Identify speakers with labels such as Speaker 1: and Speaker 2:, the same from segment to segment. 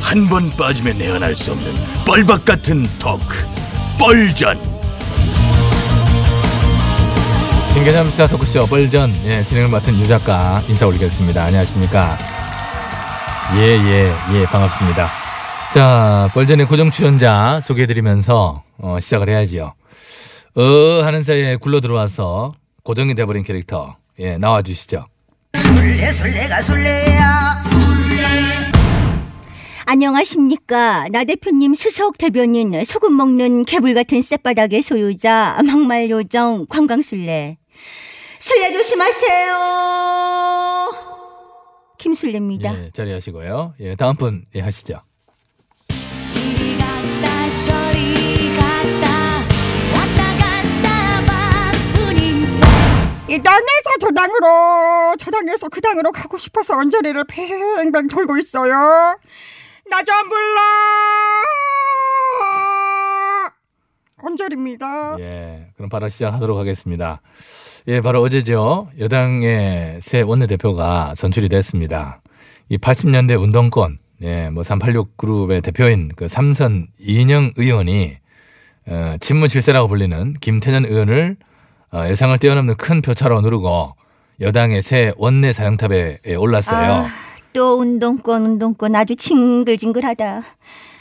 Speaker 1: 한 번 빠지면 내안할 수 없는 뻘박 같은 토크 뻘전
Speaker 2: 신개념 시사 토크쇼 뻘전 예, 진행을 맡은 유 작가 인사 올리겠습니다. 안녕하십니까? 예예예 반갑습니다. 자 뻘전의 고정 출연자 소개해드리면서 어, 시작을 해야지요. 어 하는 사이에 굴러 들어와서 고정이 돼버린 캐릭터 예 나와주시죠.
Speaker 3: 술래 술래가 술래야
Speaker 4: 안녕하십니까. 나 대표님 수석 대변인 소금 먹는 개불 같은 쌔바닥의 소유자 막말 요정 관광술래. 술래 조심하세요. 김술래입니다.
Speaker 2: 예 자리하시고요. 예 다음 분 예, 하시죠.
Speaker 5: 이리 갔다 저리 갔다 왔다 갔다 바쁜 인생
Speaker 3: 이 당에서 저 당으로 저 당에서 그 당으로 가고 싶어서 언저리를 팽팽 돌고 있어요 나 좀 불러 언저리입니다
Speaker 2: 예, 그럼 바로 시작하도록 하겠습니다. 예, 바로 어제죠. 여당의 새 원내대표가 선출이 됐습니다. 이 80년대 운동권, 예, 뭐 386 그룹의 대표인 그 삼선 이인영 의원이 어, 친문 실세라고 불리는 김태년 의원을 어, 예상을 뛰어넘는 큰 표차로 누르고 여당의 새 원내 사령탑에 예, 올랐어요.
Speaker 4: 아, 또 운동권 운동권 아주 징글징글하다.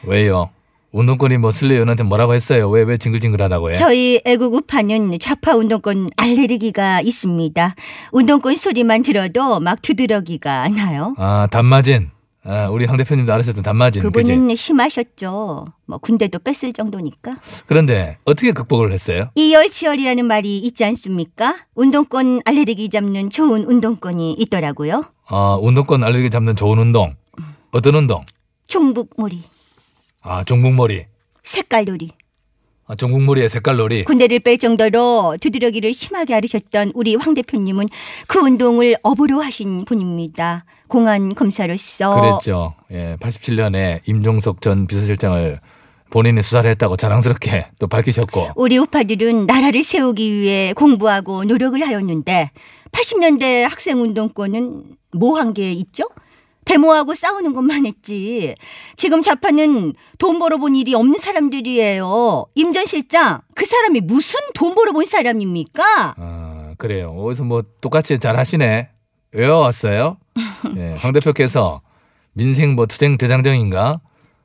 Speaker 2: 왜요? 운동권이 뭐 슬리 의원한테 뭐라고 했어요? 왜 왜 징글징글하다고 해?
Speaker 4: 저희 애국 우파는 좌파 운동권 알레르기가 있습니다. 운동권 소리만 들어도 막 두드러기가 나요.
Speaker 2: 아 네, 단마진. 아, 우리 황 대표님도 알았었던 단마진. 그지?
Speaker 4: 그분은 심하셨죠. 뭐 군대도 뺐을 정도니까.
Speaker 2: 그런데 어떻게 극복을 했어요?
Speaker 4: 이열치열이라는 말이 있지 않습니까? 운동권 알레르기 잡는 좋은 운동권이 있더라고요.
Speaker 2: 아, 운동권 알레르기 잡는 좋은 운동. 어떤 운동?
Speaker 4: 종북몰이,
Speaker 2: 아, 종북머리.
Speaker 4: 색깔놀이.
Speaker 2: 아, 종북머리의 색깔놀이.
Speaker 4: 군대를 뺄 정도로 두드러기를 심하게 앓으셨던 우리 황 대표님은 그 운동을 업으로 하신 분입니다. 공안 검사로서
Speaker 2: 그랬죠. 예, 87년에 임종석 전 비서실장을 본인이 수사를 했다고 자랑스럽게 또 밝히셨고.
Speaker 4: 우리 우파들은 나라를 세우기 위해 공부하고 노력을 하였는데 80년대 학생운동권은 뭐 한 게 있죠? 데모하고 싸우는 것만 했지. 지금 좌파는 돈 벌어본 일이 없는 사람들이에요. 임 전 실장, 그 사람이 무슨 돈 벌어본 사람입니까?
Speaker 2: 아, 그래요. 어디서 뭐 똑같이 잘하시네. 외워왔어요. 예, 황 대표께서 민생 뭐 투쟁 대장정인가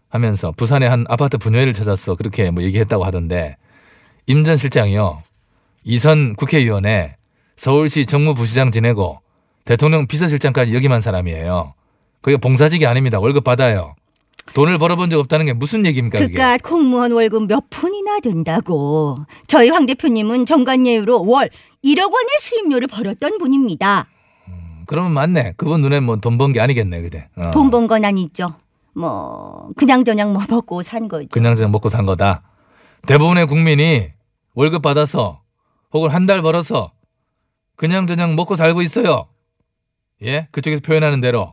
Speaker 2: 하면서 부산의 한 아파트 분회를 찾았어. 그렇게 뭐 얘기했다고 하던데 임 전 실장이요. 이선 국회의원에 서울시 정무부시장 지내고 대통령 비서실장까지 역임한 사람이에요. 그게 봉사직이 아닙니다. 월급 받아요. 돈을 벌어본 적 없다는 게 무슨 얘기입니까? 그게?
Speaker 4: 그깟 공무원 월급 몇 푼이나 된다고. 저희 황 대표님은 정관예우로 월 1억 원의 수임료를 벌었던 분입니다.
Speaker 2: 그러면 맞네. 그분 눈엔 뭐 돈 번 게 아니겠네, 그대. 어.
Speaker 4: 돈 번 건 아니죠. 뭐 그냥 저냥 뭐 먹고 산 거죠.
Speaker 2: 그냥 저냥 먹고 산 거다. 대부분의 국민이 월급 받아서 혹은 한 달 벌어서 그냥 저냥 먹고 살고 있어요. 예? 그쪽에서 표현하는 대로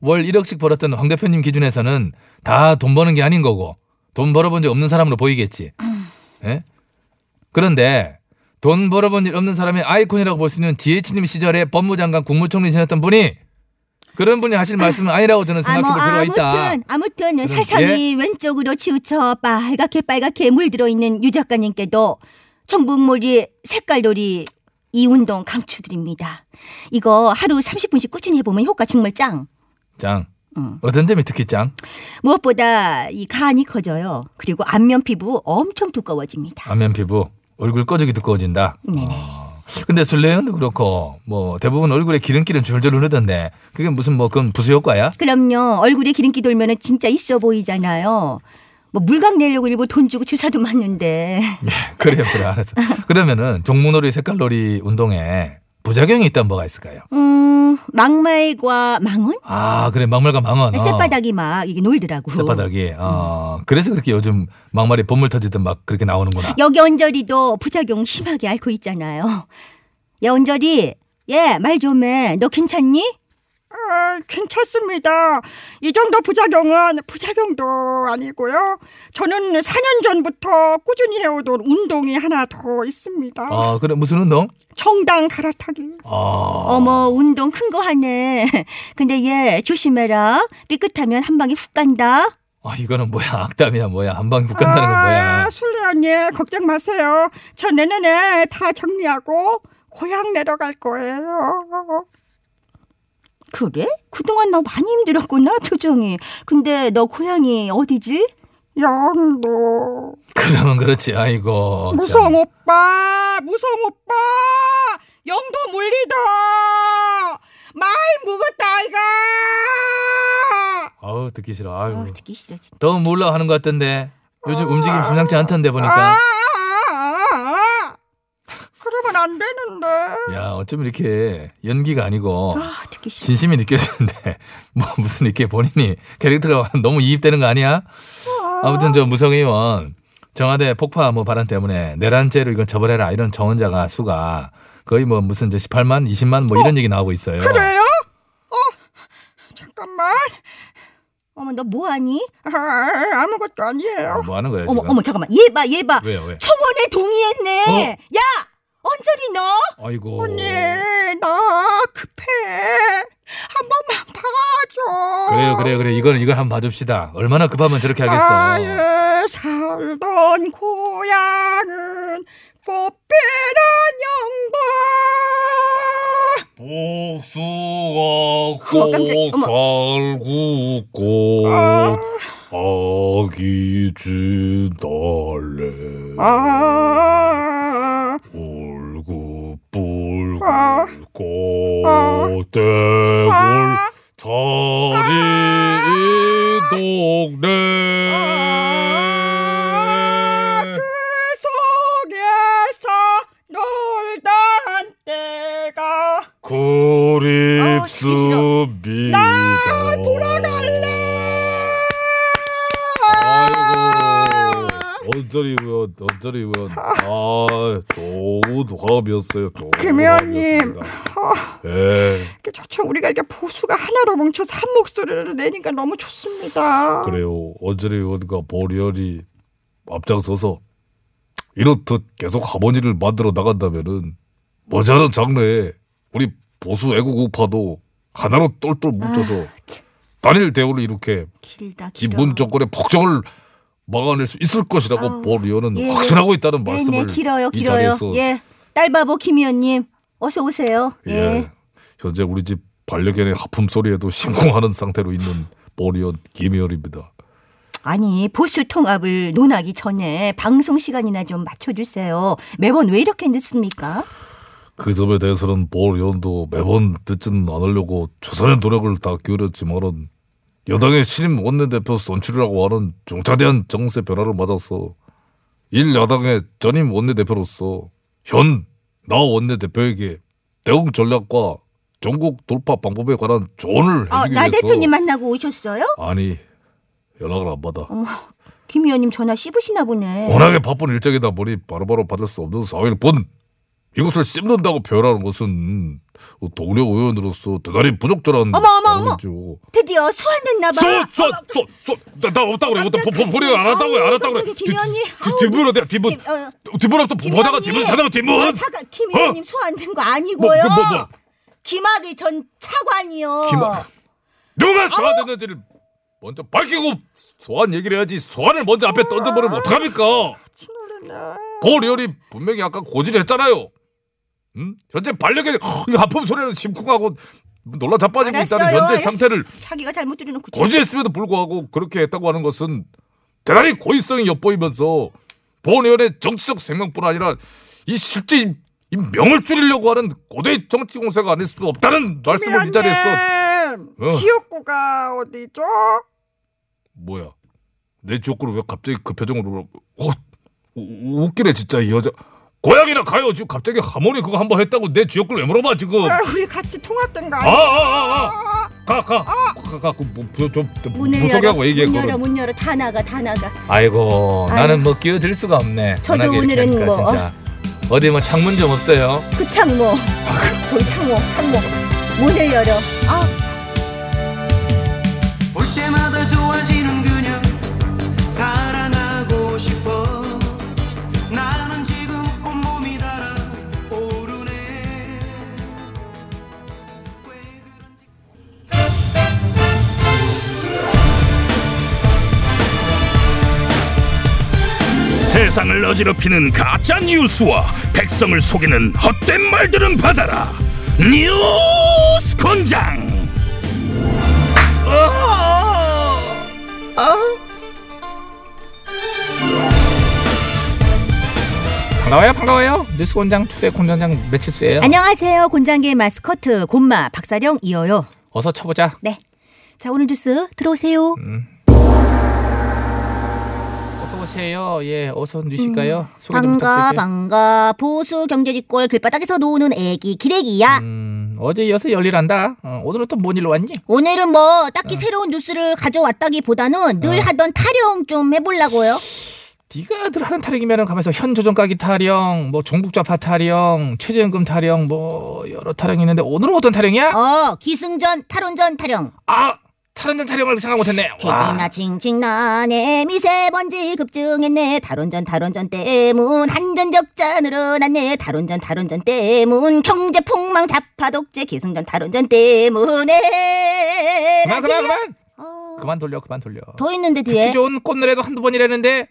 Speaker 2: 월 1억씩 벌었던 황 대표님 기준에서는 다 돈 버는 게 아닌 거고 돈 벌어본 적 없는 사람으로 보이겠지. 예? 그런데 돈 벌어본 일 없는 사람의 아이콘이라고 볼 수 있는 DH님 시절에 법무장관 국무총리셨던 분이 그런 분이 하실 말씀은 아니라고 저는
Speaker 4: 아,
Speaker 2: 생각해
Speaker 4: 뭐
Speaker 2: 볼 필요가 있다. 예?
Speaker 4: 아무튼 아무튼 사상이 왼쪽으로 치우쳐 빨갛게 빨갛게 물들어 있는 유 작가님께도 정북몰이 색깔놀이 이 운동 강추드립니다. 이거 하루 30분씩 꾸준히 해보면 효과 정말 짱.
Speaker 2: 짱.
Speaker 4: 응.
Speaker 2: 어떤 점이 특히 짱?
Speaker 4: 무엇보다 이 간이 커져요. 그리고 안면 피부 엄청 두꺼워집니다.
Speaker 2: 안면 피부 얼굴 꺼지기 두꺼워진다.
Speaker 4: 네네.
Speaker 2: 어. 근데 술래연도 그렇고 뭐 대부분 얼굴에 기름기는 줄줄 흐르던데 그게 무슨 뭐 그건 부수 효과야?
Speaker 4: 그럼요. 얼굴에 기름기 돌면은 진짜 있어 보이잖아요. 뭐 물광 내려고 일부 돈 주고 주사도 맞는데.
Speaker 2: 예, 그래요, 그래 알았어. 그러면은 종무놀이 색깔놀이 운동에 부작용이 있다면 뭐가 있을까요?
Speaker 4: 음, 막말과 망언?
Speaker 2: 아 그래 막말과 망언. 어.
Speaker 4: 쌔바닥이 막 이게 놀더라고.
Speaker 2: 쌔바닥이. 어. 그래서 그렇게 요즘 막말이 보물 터지듯 막 그렇게 나오는구나.
Speaker 4: 여기 언저리도 부작용 심하게 앓고 있잖아요. 야 언저리, 얘 말 좀 해. 너 괜찮니?
Speaker 3: 아, 괜찮습니다. 이 정도 부작용은 부작용도 아니고요. 저는 4년 전부터 꾸준히 해오던 운동이 하나 더 있습니다.
Speaker 2: 어,
Speaker 6: 아, 그래 무슨 운동?
Speaker 3: 정당 갈아타기.
Speaker 6: 아,
Speaker 4: 어머 운동 큰 거 하네. 근데 얘 조심해라. 삐끗하면 한 방에 훅 간다.
Speaker 6: 아, 이거는 뭐야? 악담이야, 뭐야? 한 방에 훅 간다는 건 뭐야?
Speaker 3: 아, 술래 언니 걱정 마세요. 저 내년에 다 정리하고 고향 내려갈 거예요.
Speaker 4: 그래? 그동안 너 많이 힘들었구나 표정이. 근데 너 고향이 어디지?
Speaker 3: 영도
Speaker 6: 그러면 그렇지. 아이고. 참.
Speaker 3: 무성 오빠 무성 오빠 영도 물리다 많이 묵었다 이가
Speaker 6: 아우, 듣기 싫어. 아유.
Speaker 4: 어, 듣기 싫어 진짜.
Speaker 6: 더 몰라 하는 것 같던데. 요즘 움직임 심상치 않던데 보니까.
Speaker 3: 아, 그러면 안 되는데
Speaker 6: 야, 어쩜 이렇게 연기가 아니고
Speaker 4: 아 듣기 싫어.
Speaker 6: 진심이 느껴지는데 뭐 무슨 이렇게 본인이 캐릭터가 너무 이입되는 거 아니야? 아무튼 저 무성의원 정화대 폭파 뭐 발언 때문에 내란죄로 이건 처벌해라 이런 정원자가 수가 거의 뭐 무슨 이제 18만 20만 뭐 이런 얘기 나오고 있어요.
Speaker 3: 그래요? 어 잠깐만
Speaker 4: 어머 너 뭐하니?
Speaker 3: 아, 아무것도 아니에요
Speaker 6: 뭐 하는 거예요
Speaker 4: 어머
Speaker 6: 지금?
Speaker 4: 어머 잠깐만 얘 봐 얘 봐.
Speaker 6: 왜요 왜?
Speaker 4: 청원에 동의했네.
Speaker 6: 어?
Speaker 4: 야 언저리 너.
Speaker 6: 아이고.
Speaker 3: 언니 예, 나 급해 한 번만 봐줘
Speaker 6: 그래요 그래 그래 이건 이걸 한번 봐줍시다. 얼마나 급하면 저렇게 하겠어.
Speaker 3: 나의 살던 고향은 꽃피는
Speaker 2: 복숭아
Speaker 4: 어머, 깜짝이야. 어머.
Speaker 6: 어.
Speaker 4: 아.
Speaker 2: 곱살구꽃 아기 지달래
Speaker 3: 영광 아
Speaker 2: 울고
Speaker 3: 아. 아.
Speaker 2: 뿔고 대굴
Speaker 3: 아,
Speaker 4: 아.
Speaker 2: 자리 이
Speaker 6: 네.
Speaker 2: 동네
Speaker 3: 그 속에서 놀다 한 때가
Speaker 4: 아,
Speaker 2: 그립습니다 나 돌아갈래 아이고
Speaker 6: 어.
Speaker 2: 언저리 의원 언저리 의원 아 좋은 화합이었어요 좋은
Speaker 3: 김의원님.
Speaker 2: 화합이었습니다. 예
Speaker 3: 이렇게 저처럼 우리가 이렇게 보수가 하나로 뭉쳐서 한 목소리를 내니까 너무 좋습니다
Speaker 2: 그래요 언저리 의원과 보리언이 앞장서서 이렇듯 계속 하모니를 만들어 나간다면은 모자란 장르에 우리 보수 애국 우파도 하나로 똘똘
Speaker 4: 아,
Speaker 2: 뭉쳐서 단일 대우를 이렇게
Speaker 4: 길다 길어.
Speaker 2: 기본 정권의 폭정을 막아낼 수 있을 것이라고
Speaker 4: 아우,
Speaker 2: 볼 의원은
Speaker 4: 예,
Speaker 2: 확신하고 있다는
Speaker 4: 네네
Speaker 2: 말씀을
Speaker 4: 길어요
Speaker 2: 이
Speaker 4: 길어요.
Speaker 2: 자리에서
Speaker 4: 예 딸바보 김 의원님 어서 오세요.
Speaker 2: 예. 현재 우리 집 반려견의 하품 소리에도 심쿵하는 상태로 있는 볼 의원 김의원입니다.
Speaker 4: 아니 보수 통합을 논하기 전에 방송 시간이나 좀 맞춰주세요. 매번 왜 이렇게 늦습니까?
Speaker 2: 그 점에 대해서는 볼 의원도 매번 듣진 않으려고 최선의 노력을 다 기울였지만은 여당의 신임 원내대표 선출이라고 하는 중차대한 정세 변화를 맞아서 일 야당의 전임 원내대표로서 현 나 원내대표에게 대응 전략과 전국 돌파 방법에 관한 조언을
Speaker 4: 아,
Speaker 2: 해주기
Speaker 4: 나
Speaker 2: 위해서
Speaker 4: 대표님 만나고 오셨어요?
Speaker 2: 아니 연락을 안 받아
Speaker 4: 어머 김 의원님 전화 씹으시나 보네.
Speaker 2: 워낙에 바쁜 일정이다 보니 바로바로 받을 수 없는 사회일 뿐 이것을 씹는다고 표현하는 것은 동료 의원으로서 대단히 부적절한
Speaker 4: 어머, 어머, 어머.
Speaker 2: 죠
Speaker 4: 드디어 소환 됐나 봐.
Speaker 2: 쏜쏜쏜쏜나 없다 그래 어떤 본인이 안 왔다고 해안 왔다고 그래
Speaker 4: 깜짝이야, 김 의원님. 아우,
Speaker 2: 뒷문어 내 뒷문
Speaker 4: 김, 어,
Speaker 2: 뒷문 앞서
Speaker 4: 김
Speaker 2: 보다가
Speaker 4: 의원님.
Speaker 2: 뒷문 찾아가
Speaker 4: 아,
Speaker 2: 뒷문
Speaker 4: 차가 김 의원님 소환된 거
Speaker 2: 뭐,
Speaker 4: 아니고요.
Speaker 2: 뭐, 뭐, 뭐.
Speaker 4: 김학의 전 차관이요.
Speaker 2: 김학- 아- 누가 소환됐는지를 먼저 밝히고 소환 얘기를 해야지 소환을 먼저 앞에
Speaker 4: 아,
Speaker 2: 던져버리면 어떡합니까?
Speaker 3: 친오래네
Speaker 2: 고리얼이 분명히 아까 고질했잖아요. 음? 현재 반려견이 아, 이 하품 소리로 심쿵하고 놀라 자빠지고 있다는
Speaker 4: 알았어요.
Speaker 2: 현재
Speaker 4: 알았-
Speaker 2: 상태를
Speaker 4: 자기가 잘못 들여놓고
Speaker 2: 고지했음에도 불구하고 그렇게 했다고 하는 것은 대단히 고의성이 엿보이면서 본의원의 정치적 생명뿐 아니라 이 실제 이, 이 명을 줄이려고 하는 고대 정치 공세가 아닐 수 없다는 말씀을 이 자리에서
Speaker 3: 의원님,
Speaker 2: 어.
Speaker 3: 지역구가 어디죠? 아,
Speaker 2: 뭐야 내 지옥구를 왜 갑자기 그 표정으로 어, 우- 웃기네 진짜 이 여자 고양이나 가요 지금 갑자기 하모니 그거 한번 했다고 내 지옥구를 왜 물어봐 지금
Speaker 3: 아, 우리 같이 통합된 거 아니야?
Speaker 2: 아아아아가 가가가그뭐좀
Speaker 4: 문을 열어
Speaker 2: 무속이라고 얘기해
Speaker 4: 문 열어
Speaker 2: 그런
Speaker 4: 문 열어 다 나가 다 나가
Speaker 6: 아이고
Speaker 4: 아유.
Speaker 6: 나는 뭐 끼어들 수가 없네.
Speaker 4: 저도
Speaker 6: 워낙에 이렇게
Speaker 4: 오늘은
Speaker 6: 하니까
Speaker 4: 뭐,
Speaker 6: 진짜. 어디 뭐 창문 좀 없어요?
Speaker 4: 그 창모 저기 창모 창모 문을 열어 아
Speaker 7: 세상을 어지럽히는 가짜 뉴스와 백성을 속이는 헛된 말들은 받아라. 뉴스 권장.
Speaker 2: 어? 반가워요, 반가워요. 뉴스 원장 초대 공장장 매치스예요.
Speaker 4: 안녕하세요. 곤장계 마스코트 곤마 박사령 이어요.
Speaker 2: 어서 쳐보자.
Speaker 4: 네. 자 오늘 뉴스 들어오세요.
Speaker 2: 음, 어서 오세요. 예, 어서 누실까요?
Speaker 3: 음,
Speaker 2: 소개 좀
Speaker 4: 반가
Speaker 2: 부탁드릴게요.
Speaker 4: 반가 보수 경제지꼴 길바닥에서 노는 애기 기레기야.
Speaker 2: 음, 어제 이어서 열일한다. 어, 오늘은 또 뭔 일로 왔니?
Speaker 4: 오늘은 뭐
Speaker 2: 음.
Speaker 4: 딱히 새로운 뉴스를 가져왔다기보다는 늘 하던 타령 좀 해보려고요.
Speaker 2: 네가 늘 하는 타령이면은 가면서 현 조정 가기 타령, 뭐 종북좌파 타령, 최저임금 타령, 뭐 여러 타령이 있는데 오늘은 어떤 타령이야?
Speaker 4: 어 기승전 탈원전 타령.
Speaker 2: 아, 탈원전 타령을 생각 못했네.
Speaker 4: 폐지나 징징나네 미세먼지 급증했네 탈원전 탈원전 때문 한전 적자 늘어났네 탈원전 탈원전 때문 경제 폭망 자파 독재 기승전 탈원전 때문에
Speaker 2: 그만, 그만, 그만.
Speaker 4: 어,
Speaker 2: 그만 돌려, 그만 돌려.
Speaker 4: 더 있는데 뒤에
Speaker 2: 듣기 좋은 꽃노래도 한두 번이라는데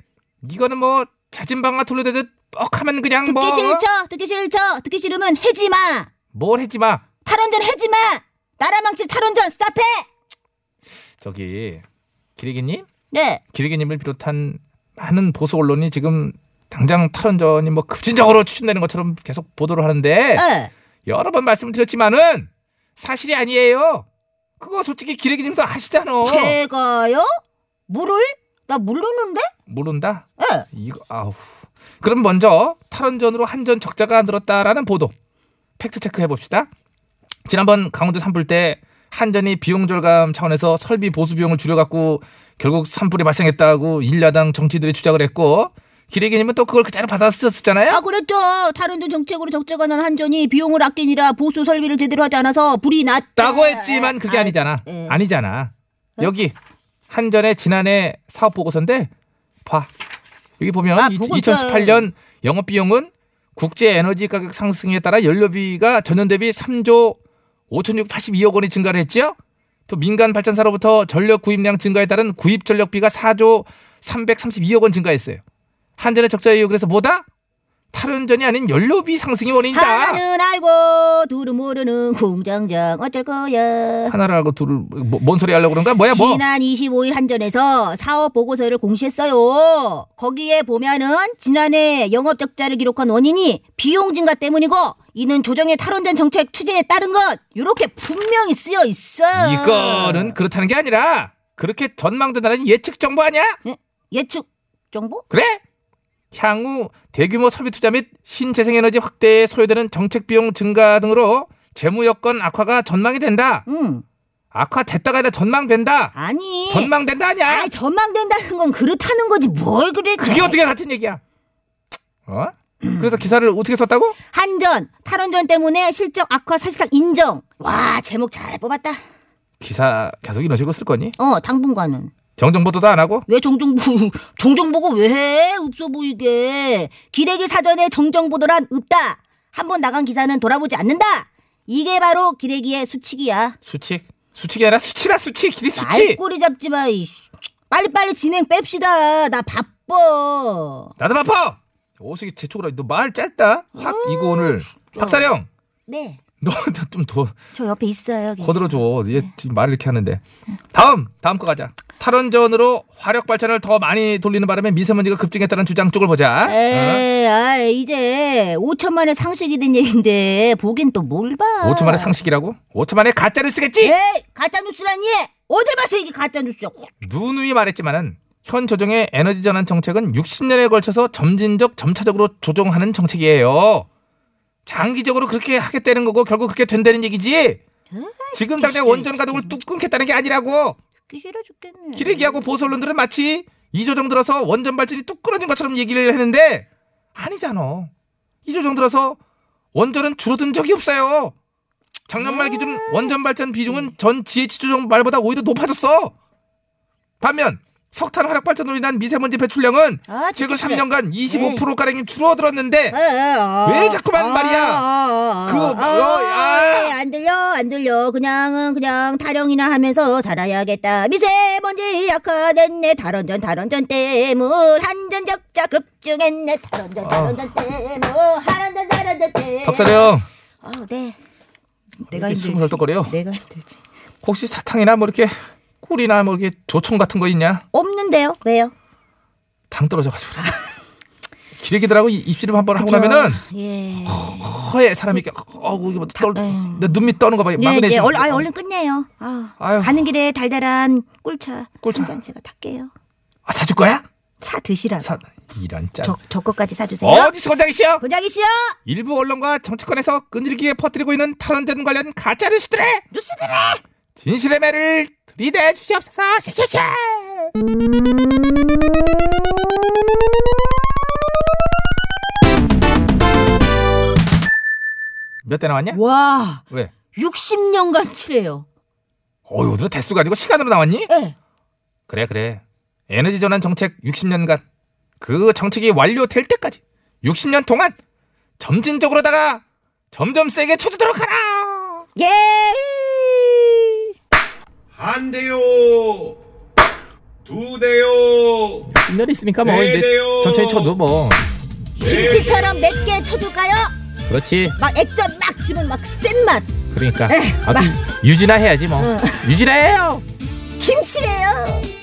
Speaker 2: 이거는 뭐 자진방아 돌려대듯 뻑하면 그냥
Speaker 4: 듣기
Speaker 2: 뭐 뭘
Speaker 4: 싫죠 듣기 싫죠 듣기 싫으면 해지마
Speaker 2: 했지 마.
Speaker 4: 탈원전 해지마 나라 망칠 탈원전 스탑해
Speaker 2: 저기 기리기님,
Speaker 4: 네
Speaker 2: 기리기님을 비롯한 많은 보수 언론이 지금 당장 탈원전이 뭐 급진적으로 추진되는 것처럼 계속 보도를 하는데
Speaker 4: 어.
Speaker 2: 여러 번 말씀을 드렸지만은 사실이 아니에요. 그거 솔직히 기레기님도 아시잖아.
Speaker 4: 제가요 물을 나 모르는데
Speaker 2: 모른다.
Speaker 4: 예.
Speaker 2: 이거 아우. 그럼 먼저 탈원전으로 한전 적자가 늘었다라는 보도 팩트 체크 해봅시다. 지난번 강원도 산불 때 한전이 비용 절감 차원에서 설비 보수 비용을 줄여갖고 결국 산불이 발생했다고 일야당 정치들이 주장을 했고 기레기님은 또 그걸 그대로 받아쓰셨잖아요.
Speaker 4: 아 그랬죠 탈원전 정책으로 적자가 난 한전이 비용을 아끼니라 보수 설비를 제대로 하지 않아서 불이
Speaker 2: 라고
Speaker 4: 났다고
Speaker 2: 했지만 그게 아니잖아.
Speaker 4: 예. 어?
Speaker 2: 아니잖아. 여기 한전의 지난해 사업 보고서인데 봐. 여기 보면
Speaker 4: 아,
Speaker 2: 이-
Speaker 4: 보고서요.
Speaker 2: 2018년 영업 비용은 국제 에너지 가격 상승에 따라 연료비가 전년 대비 3조 5,682억 원이 증가를 했지요. 또 민간 발전사로부터 전력 구입량 증가에 따른 구입 전력비가 4조 332억 원 증가했어요. 한전의 적자 이유 그래서 뭐다? 탈원전이 아닌 연료비 상승이 원인이다.
Speaker 4: 하나는 알고 둘은 모르는 공장장 어쩔 거야
Speaker 2: 하나를 알고 둘을 뭐- 뭔 소리 하려고 그런가? 뭐야 뭐?
Speaker 4: 지난 25일 한전에서 사업 보고서를 공시했어요. 거기에 보면은 지난해 영업 적자를 기록한 원인이 비용 증가 때문이고 이는 조정의 탈원전 정책 추진에 따른 것 이렇게 분명히 쓰여 있어.
Speaker 2: 이거는 그렇다는 게 아니라 그렇게 전망된다는 예측 정보 아니야?
Speaker 4: 예측 정보?
Speaker 2: 그래? 향후 대규모 설비 투자 및 신재생에너지 확대에 소요되는 정책 비용 증가 등으로 재무 여건 악화가 전망이 된다.
Speaker 4: 응.
Speaker 2: 악화됐다가 아니라 전망된다.
Speaker 4: 아니.
Speaker 2: 전망된다 아니야?
Speaker 4: 아니 전망된다는 건 그렇다는 거지 뭘 그래?
Speaker 2: 그게 어떻게 같은 얘기야? 어? 그래서 기사를 어떻게 썼다고?
Speaker 4: 한전 탈원전 때문에 실적 악화 사실상 인정. 와 제목 잘 뽑았다.
Speaker 2: 기사 계속 이런 식으로 쓸 거니?
Speaker 4: 어 당분간은.
Speaker 2: 정정보도도 안 하고?
Speaker 4: 왜 정정보 정정보고 왜 해? 없어 보이게 기레기 사전에 정정보도란 없다. 한 번 나간 기사는 돌아보지 않는다. 이게 바로 기레기의 수칙이야.
Speaker 2: 수칙? 수칙이 아니라 수치라 수치 길이 수치
Speaker 4: 말꼬리 잡지 마. 이 씨. 빨리빨리 진행 뺍시다. 나 바빠.
Speaker 2: 나도 바빠. 오석이 재촉으로 너 말 짧다. 확 이거 오늘 박사령
Speaker 4: 아, 네,
Speaker 2: 너 좀 더
Speaker 4: 저 옆에 있어요. 괜찮아요.
Speaker 2: 거들어 줘. 얘 지금 말을 이렇게 하는데 다음 다음 거 가자. 탈원전으로 화력 발전을 더 많이 돌리는 바람에 미세먼지가 급증했다는 주장 쪽을 보자. 어?
Speaker 4: 에이, 아, 이제 5천 만에 상식이 된 얘긴데 보긴 또 뭘 봐?
Speaker 2: 5초 만에 상식이라고? 5초 만에 가짜를 쓰겠지?
Speaker 4: 에이, 가짜 뉴스라니? 어딜 봐서 이게 가짜 뉴스야?
Speaker 2: 누누이 말했지만은 현 조정의 에너지 전환 정책은 60년에 걸쳐서 점진적 점차적으로 조정하는 정책이에요. 장기적으로 그렇게 하겠다는 거고 결국 그렇게 된다는 얘기지. 지금 당장 원전 가동을 뚝 끊겠다는 게 아니라고.
Speaker 4: 듣기 싫어 죽겠네.
Speaker 2: 기레기하고 보수 언론들은 마치 이 조정 들어서 원전 발전이 뚝 끊어진 것처럼 얘기를 했는데 아니잖아. 이 조정 들어서 원전은 줄어든 적이 없어요. 작년 말 기준 원전 발전 비중은 전 GH 조정 말보다 오히려 높아졌어. 반면 석탄 화력 발전으로 인한 미세먼지 배출량은
Speaker 4: 아,
Speaker 2: 최근
Speaker 4: 진짜.
Speaker 2: 3년간 25% 가량이 줄어들었는데
Speaker 4: 어, 어, 어.
Speaker 2: 왜 자꾸만 말이야?
Speaker 4: 어, 어, 어,
Speaker 2: 그거
Speaker 4: 어,
Speaker 2: 뭐야? 아.
Speaker 4: 어, 안 들려, 안 안 들려. 그냥은 그냥 타령이나 하면서 살아야겠다. 미세먼지 약화됐네. 탈원전 탈원전 때문 한전 적자 급증했네. 탈원전 탈원전 때문 한전 탈원전 때문.
Speaker 2: 아. 박사령
Speaker 4: 아, 네.
Speaker 2: 이렇게 숨을 헐떡거려요?
Speaker 4: 내가 힘들지.
Speaker 2: 혹시 사탕이나 뭐 이렇게 꿀이나 뭐 이렇게 조청 같은 거 있냐?
Speaker 4: 없는데요. 왜요?
Speaker 2: 당 떨어져가지고 그래. 기레기들하고 이- 입씨름 한번 하고
Speaker 4: 저,
Speaker 2: 나면은
Speaker 4: 예.
Speaker 2: 어, 허에 사람이 이렇게 어우 이게 뭐
Speaker 4: 에휴.
Speaker 2: 뭐떨내눈밑 떠는 거봐
Speaker 4: 네. 예,
Speaker 2: 마그네슘.
Speaker 4: 예. 얼, 아, 얼른 끝내요. 아,
Speaker 2: 아유.
Speaker 4: 가는 길에 달달한 꿀차
Speaker 2: 꿀차.
Speaker 4: 한잔 제가 탈게요.
Speaker 2: 아, 사줄 거야?
Speaker 4: 사 드시라고.
Speaker 2: 사 이란 짠.
Speaker 4: 저, 저 거까지 사주세요.
Speaker 2: 어디서 권장이시여?
Speaker 4: 고장이 씨요.
Speaker 2: 일부 언론과 정치권에서 끈질기게 퍼뜨리고 있는 탈원전 관련 가짜 뉴스들의
Speaker 4: 뉴스들의
Speaker 2: 진실의 매를 들이대 주시옵소서. 샤샤샤. 몇 대 나왔냐?
Speaker 4: 와,
Speaker 2: 왜?
Speaker 4: 60년간 칠해요.
Speaker 2: 어이 오늘은 대수가 아니고 시간으로 나왔니?
Speaker 4: 예.
Speaker 2: 그래 그래 에너지 전환 정책 60년간 그 정책이 완료될 때까지 60년 동안 점진적으로다가 점점 세게 쳐주도록 하라
Speaker 4: 예.
Speaker 8: 한 대요 두 대요
Speaker 2: 10년 있으니까 뭐
Speaker 8: 네,
Speaker 2: 이제
Speaker 8: 네요.
Speaker 2: 천천히 쳐도 뭐
Speaker 4: 김치처럼 몇 개 쳐줄까요?
Speaker 2: 그렇지
Speaker 4: 막 액젓 막 주면 막 센 맛.
Speaker 2: 그러니까
Speaker 4: 에휴,
Speaker 2: 아무튼 유지나 해야지 뭐 유지나 해요
Speaker 4: 김치예요.